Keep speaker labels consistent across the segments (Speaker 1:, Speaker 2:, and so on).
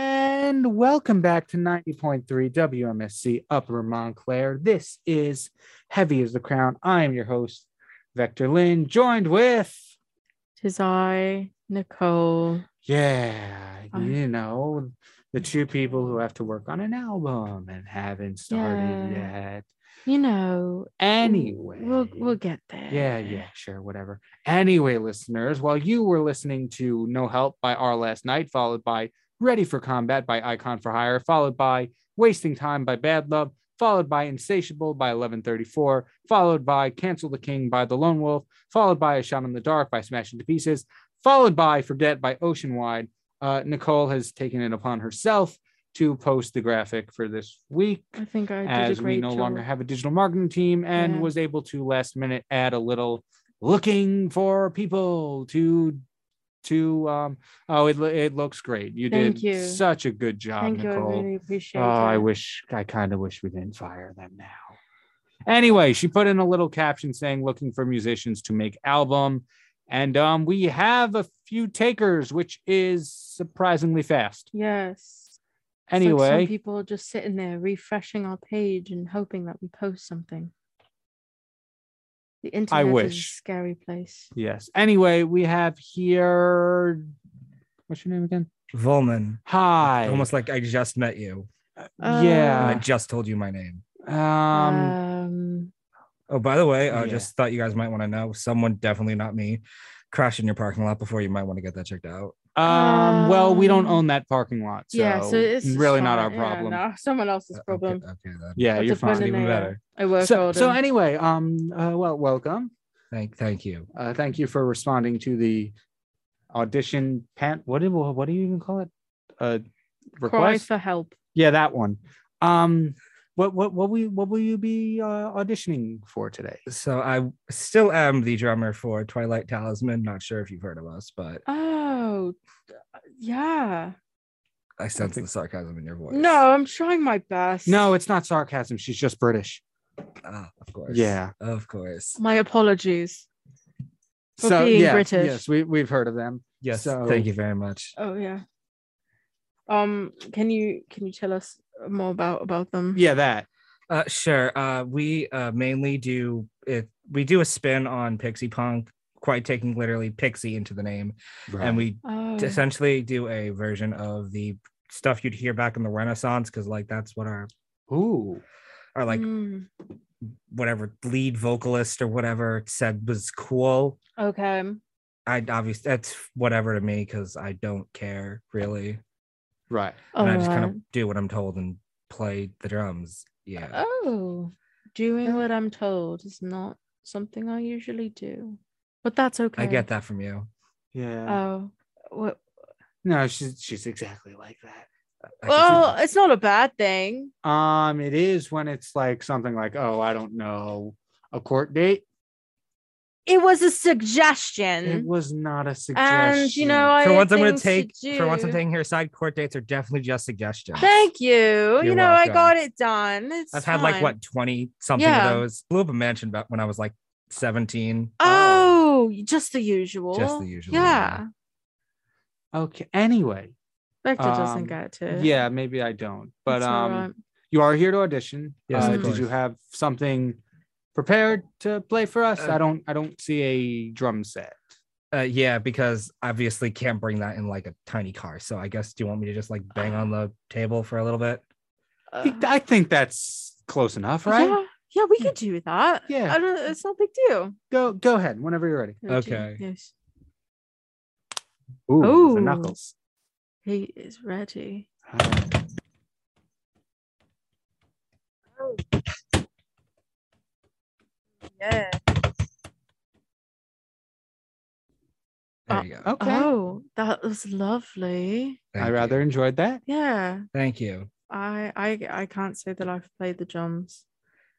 Speaker 1: And welcome back to 90.3 WMSC Upper Montclair. This is Heavy as the Crown. I am your host, Vector Lynn, joined with,
Speaker 2: Tis I, Nicole.
Speaker 1: yeah,
Speaker 2: I-
Speaker 1: you know, the two people who have to work on an album and haven't started
Speaker 2: Yeah.
Speaker 1: yet.
Speaker 2: You know,
Speaker 1: Anyway,
Speaker 2: we'll we'll get there.
Speaker 1: yeah, yeah, sure, whatever. Anyway, listeners, while you were listening to No Help by Our Last Night, followed by Ready for Combat by Icon for Hire, followed by Wasting Time by Bad Love, followed by Insatiable by 1134, followed by Cancel the King by The Lone Wolf, followed by A Shot in the Dark by Smashing to Pieces, followed by Forget by Oceanwide. Uh, Nicole has taken it upon herself to post the graphic for this week
Speaker 2: I think I did
Speaker 1: as
Speaker 2: a
Speaker 1: we
Speaker 2: great
Speaker 1: no
Speaker 2: job.
Speaker 1: longer have a digital marketing team and
Speaker 2: Yeah.
Speaker 1: was able to last minute add a little looking for people to to um oh it, lo- it looks great you
Speaker 2: Thank
Speaker 1: did
Speaker 2: you.
Speaker 1: such a good job
Speaker 2: Thank you. I
Speaker 1: nicole
Speaker 2: really appreciate
Speaker 1: oh i
Speaker 2: it.
Speaker 1: wish i kind of wish we didn't fire them now anyway she put in a little caption saying looking for musicians to make album and um we have a few takers which is surprisingly fast
Speaker 2: yes. It's like
Speaker 1: anyway
Speaker 2: some people are just sitting there refreshing our page and hoping that we post something. The internet is a
Speaker 1: wish.
Speaker 2: scary place.
Speaker 1: Yes. Anyway, we have here. What's your name again?
Speaker 3: Volman.
Speaker 1: Hi.
Speaker 3: Almost like I just met you
Speaker 2: Uh,
Speaker 3: and I
Speaker 1: yeah.
Speaker 3: just told you my name.
Speaker 1: Um.
Speaker 2: Um,
Speaker 3: Oh, by the way, I
Speaker 1: Yeah.
Speaker 3: just thought you guys might want to know someone, definitely not me, crashed in your parking lot before. You might want to get that checked out.
Speaker 1: um, Well, we don't
Speaker 2: um,
Speaker 1: own that parking lot, so,
Speaker 2: yeah, so it's
Speaker 1: really
Speaker 2: just
Speaker 1: not our
Speaker 2: fine. Yeah,
Speaker 1: problem. Yeah,
Speaker 2: no, someone else's
Speaker 3: Uh, Okay-
Speaker 2: problem.
Speaker 3: Okay, then.
Speaker 1: you're
Speaker 2: That's a
Speaker 1: fine.
Speaker 2: Brendan
Speaker 3: Even
Speaker 2: Ayer.
Speaker 3: better.
Speaker 2: I work
Speaker 1: So,
Speaker 2: older.
Speaker 1: so anyway, um, uh, well, welcome.
Speaker 3: Thank, thank you.
Speaker 1: Uh, thank you for responding to the audition pant. What do what do you even call it? Uh,
Speaker 2: cry
Speaker 1: request.
Speaker 2: for help.
Speaker 1: Yeah, that one. Um, what what what we what will you be uh, auditioning for today?
Speaker 3: So I still am the drummer for Twilight Talisman. Not sure if you've heard of us, but
Speaker 2: Oh, yeah.
Speaker 3: I sense
Speaker 1: think-
Speaker 3: the sarcasm in your voice.
Speaker 2: No, I'm trying my best.
Speaker 1: No, it's not sarcasm. She's just British.
Speaker 3: Ah, of course.
Speaker 1: Yeah.
Speaker 3: Of course.
Speaker 2: my apologies. for
Speaker 1: so
Speaker 2: being
Speaker 1: yeah,
Speaker 2: British.
Speaker 1: yes, we we've heard of them.
Speaker 3: Yes.
Speaker 1: So-
Speaker 3: Thank you very much.
Speaker 2: Oh yeah. Um, can you can you tell us more about about them?
Speaker 1: Yeah, that.
Speaker 3: Uh, sure. Uh, we uh, mainly do it. We do a spin on Pixie Punk, quite taking literally Pixie into the name, and we
Speaker 2: Oh.
Speaker 3: t- essentially do a version of the stuff you'd hear back in the Renaissance, because like that's what our
Speaker 1: ooh,
Speaker 3: our like
Speaker 2: Mm,
Speaker 3: whatever lead vocalist or whatever said was cool.
Speaker 2: okay.
Speaker 3: I obviously that's whatever to me because I don't care really,
Speaker 1: right.
Speaker 2: All
Speaker 3: and I just kind
Speaker 2: right.
Speaker 3: of do what I'm told and play the drums. Yeah.
Speaker 2: Oh, doing what I'm told is not something I usually do, but that's okay.
Speaker 3: I get that from you.
Speaker 1: Yeah.
Speaker 2: Oh, well,
Speaker 1: no, she's she's exactly like that.
Speaker 3: I can see
Speaker 2: well,
Speaker 3: that.
Speaker 2: it's not a bad thing.
Speaker 1: Um, it is when it's like something like, oh, I don't know, a court date.
Speaker 2: It was a suggestion.
Speaker 1: It was not a suggestion.
Speaker 2: Mm-hmm. and you know, I
Speaker 3: for
Speaker 2: had
Speaker 3: once, I'm going
Speaker 2: things
Speaker 3: to take. For once, I'm
Speaker 2: do.
Speaker 3: taking her side. Court dates are definitely just suggestions.
Speaker 2: Thank you. you know, I
Speaker 3: welcome.
Speaker 2: got it done. It's
Speaker 3: I've had like
Speaker 2: fine.
Speaker 3: what twenty something
Speaker 2: Yeah.
Speaker 3: of those. Blew up a mansion back when I was like seventeen.
Speaker 2: Oh, y- just the usual.
Speaker 3: usual, yeah.
Speaker 2: Yeah.
Speaker 1: okay. Anyway,
Speaker 2: Vector doesn't
Speaker 1: Um,
Speaker 2: get it.
Speaker 1: yeah, maybe I don't, but
Speaker 2: It's all
Speaker 1: um,
Speaker 2: right.
Speaker 1: you are here to audition.
Speaker 3: Yes,
Speaker 1: uh,
Speaker 2: of
Speaker 1: did you
Speaker 3: course.
Speaker 1: have something prepared to play for us?
Speaker 3: Uh,
Speaker 1: I don't. I don't see a drum set.
Speaker 3: Uh, yeah, because obviously can't bring that in like a tiny car. So I guess do you want me to just like bang on the table for a little bit?
Speaker 1: I
Speaker 2: Uh,
Speaker 1: think- I think that's close enough, right?
Speaker 2: Yeah, yeah, we could do that.
Speaker 1: Yeah.
Speaker 2: I don't. It's not a big deal.
Speaker 1: Go go ahead whenever you're ready.
Speaker 2: Oh, gee,
Speaker 3: Okay.
Speaker 2: Yes.
Speaker 1: Ooh,
Speaker 2: Ooh.
Speaker 1: the knuckles.
Speaker 2: He is ready.
Speaker 1: Uh,
Speaker 2: Yeah.
Speaker 3: There
Speaker 2: Uh,
Speaker 3: you go.
Speaker 1: okay.
Speaker 2: Oh, that was lovely.
Speaker 3: Thank
Speaker 1: I
Speaker 3: you.
Speaker 1: rather enjoyed that.
Speaker 2: Yeah.
Speaker 3: Thank you.
Speaker 2: I I I can't say that I've played the drums.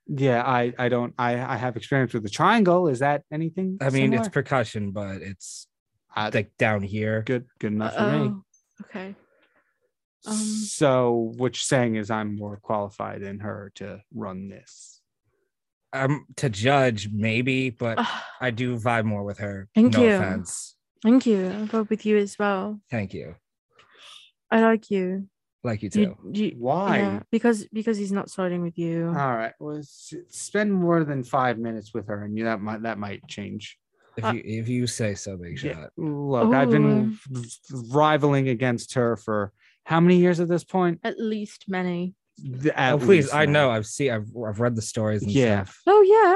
Speaker 1: Yeah, I I don't I I have experience with the triangle. Is that anything?
Speaker 3: I mean, it's
Speaker 1: similar?
Speaker 3: percussion, but it's
Speaker 1: Uh,
Speaker 3: like down here.
Speaker 1: good good enough for me.
Speaker 2: Oh. Okay. um,
Speaker 1: so which saying is I'm more qualified than her to run this.
Speaker 3: Um, to judge maybe, but
Speaker 2: Ah,
Speaker 3: I do vibe more with her.
Speaker 2: Thank
Speaker 3: no
Speaker 2: you.
Speaker 3: offense.
Speaker 2: thank you. I'll go with you as well.
Speaker 3: Thank you.
Speaker 2: I like you.
Speaker 3: like you
Speaker 2: You-
Speaker 3: do.
Speaker 2: you-
Speaker 1: Why? Ah.
Speaker 2: yeah, because because he's not starting with you.
Speaker 1: All right. Well, s- spend more than five minutes with her, and you, that might that might change.
Speaker 2: uh,
Speaker 3: If you if you say so, big shot.
Speaker 1: Yeah. Look, I've been rivaling against her for how many years at this point?
Speaker 2: At least many.
Speaker 1: Th- at
Speaker 3: Oh, please,
Speaker 1: least
Speaker 3: I
Speaker 1: now.
Speaker 3: know. I've seen. I've I've read the stories. And
Speaker 1: Yeah.
Speaker 3: stuff.
Speaker 2: Oh yeah,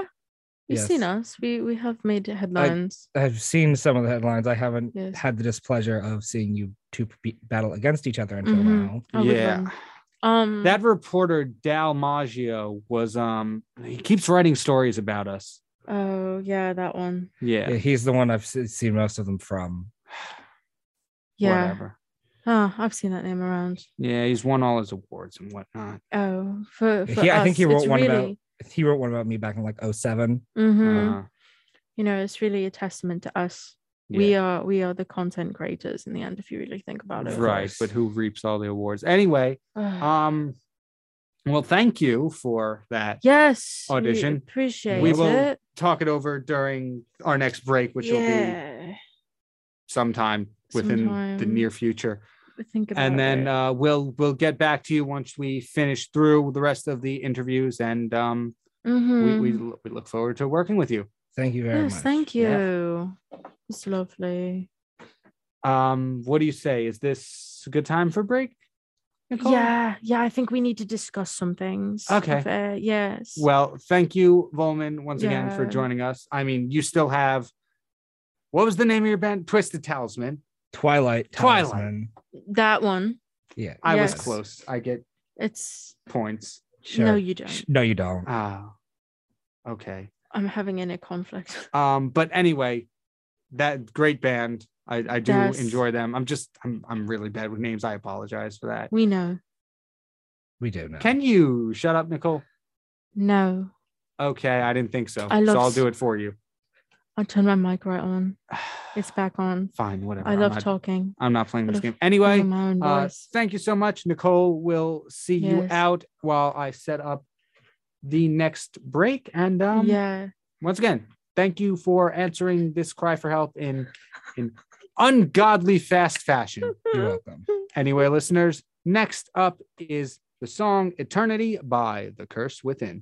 Speaker 2: you've
Speaker 3: Yes.
Speaker 2: seen us. We we have made headlines.
Speaker 3: I've seen some of the headlines. I haven't
Speaker 2: Yes.
Speaker 3: had the displeasure of seeing you two be- battle against each other until
Speaker 2: Mhm.
Speaker 3: now.
Speaker 2: I would
Speaker 1: Yeah.
Speaker 2: run. Um.
Speaker 1: That reporter Dal Maggio was um he keeps writing stories about us.
Speaker 2: Oh yeah, that one.
Speaker 1: Yeah.
Speaker 3: Yeah, he's the one I've se- seen most of them from.
Speaker 2: Yeah.
Speaker 1: Whatever.
Speaker 2: Oh, I've seen that name around.
Speaker 1: Yeah, he's won all his awards and whatnot.
Speaker 2: Oh, for, for
Speaker 3: Yeah, I think
Speaker 2: us,
Speaker 3: he wrote
Speaker 2: it's
Speaker 3: one about-
Speaker 2: really,
Speaker 3: He wrote one about me back in like oh 7
Speaker 2: hmm
Speaker 1: Uh,
Speaker 2: you know, it's really a testament to us.
Speaker 1: yeah.
Speaker 2: We are we are the content creators in the end, if you really think about it. Ah.
Speaker 1: right, but who reaps all the awards? Anyway,
Speaker 2: Ugh.
Speaker 1: um well, thank you for that.
Speaker 2: yes. we
Speaker 1: audition.
Speaker 2: appreciate
Speaker 1: We will
Speaker 2: it.
Speaker 1: Talk it over during our next break, which will be
Speaker 2: yeah.
Speaker 1: sometime within the
Speaker 2: Sometime.
Speaker 1: near future.
Speaker 2: Think about
Speaker 1: and then
Speaker 2: it.
Speaker 1: uh, we'll we'll get back to you once we finish through the rest of the interviews and um
Speaker 2: Mhm.
Speaker 1: we, we, we look forward to working with you
Speaker 3: Thank you very
Speaker 2: yes,
Speaker 3: much.
Speaker 2: thank you.
Speaker 1: Yeah.
Speaker 2: It's lovely.
Speaker 1: um what do you say is this a good time for break Nicole?
Speaker 2: Yeah, yeah. I think we need to discuss some things.
Speaker 1: Okay.
Speaker 2: of, uh, yes.
Speaker 1: well thank you volman once again for
Speaker 2: Yeah.
Speaker 1: joining us i mean you still have what was the name of your band twisted talisman
Speaker 3: Twilight.
Speaker 1: Twilight.
Speaker 3: Talisman.
Speaker 2: that one.
Speaker 3: Yeah.
Speaker 1: i was
Speaker 2: Yes.
Speaker 1: close i get
Speaker 2: It's
Speaker 1: points
Speaker 3: Sure.
Speaker 2: no, you
Speaker 3: Sh-
Speaker 2: don't.
Speaker 3: No, you don't.
Speaker 1: ah okay
Speaker 2: I'm having inner conflict.
Speaker 1: um but anyway that great band i i do
Speaker 2: Yes.
Speaker 1: enjoy them i'm just i'm i'm really bad with names i apologize for that
Speaker 2: We know.
Speaker 3: We do know.
Speaker 1: can you shut up nicole
Speaker 2: No,
Speaker 1: okay i didn't think so
Speaker 2: I love
Speaker 1: so i'll
Speaker 2: s-
Speaker 1: do it for you
Speaker 2: I turned my mic right on. It's back on.
Speaker 1: fine whatever
Speaker 2: I
Speaker 1: I'm
Speaker 2: love
Speaker 1: not,
Speaker 2: talking.
Speaker 1: i'm not playing this
Speaker 2: love-
Speaker 1: game
Speaker 2: I
Speaker 1: anyway
Speaker 2: love my own
Speaker 1: uh
Speaker 2: voice.
Speaker 1: thank you so much nicole we'll see you
Speaker 2: Yes.
Speaker 1: out while i set up the next break and um
Speaker 2: yeah.
Speaker 1: once again, thank you for answering this cry for help in in ungodly fast fashion.
Speaker 3: You're welcome.
Speaker 1: Anyway, listeners, next up is the song Eternity by The Curse Within.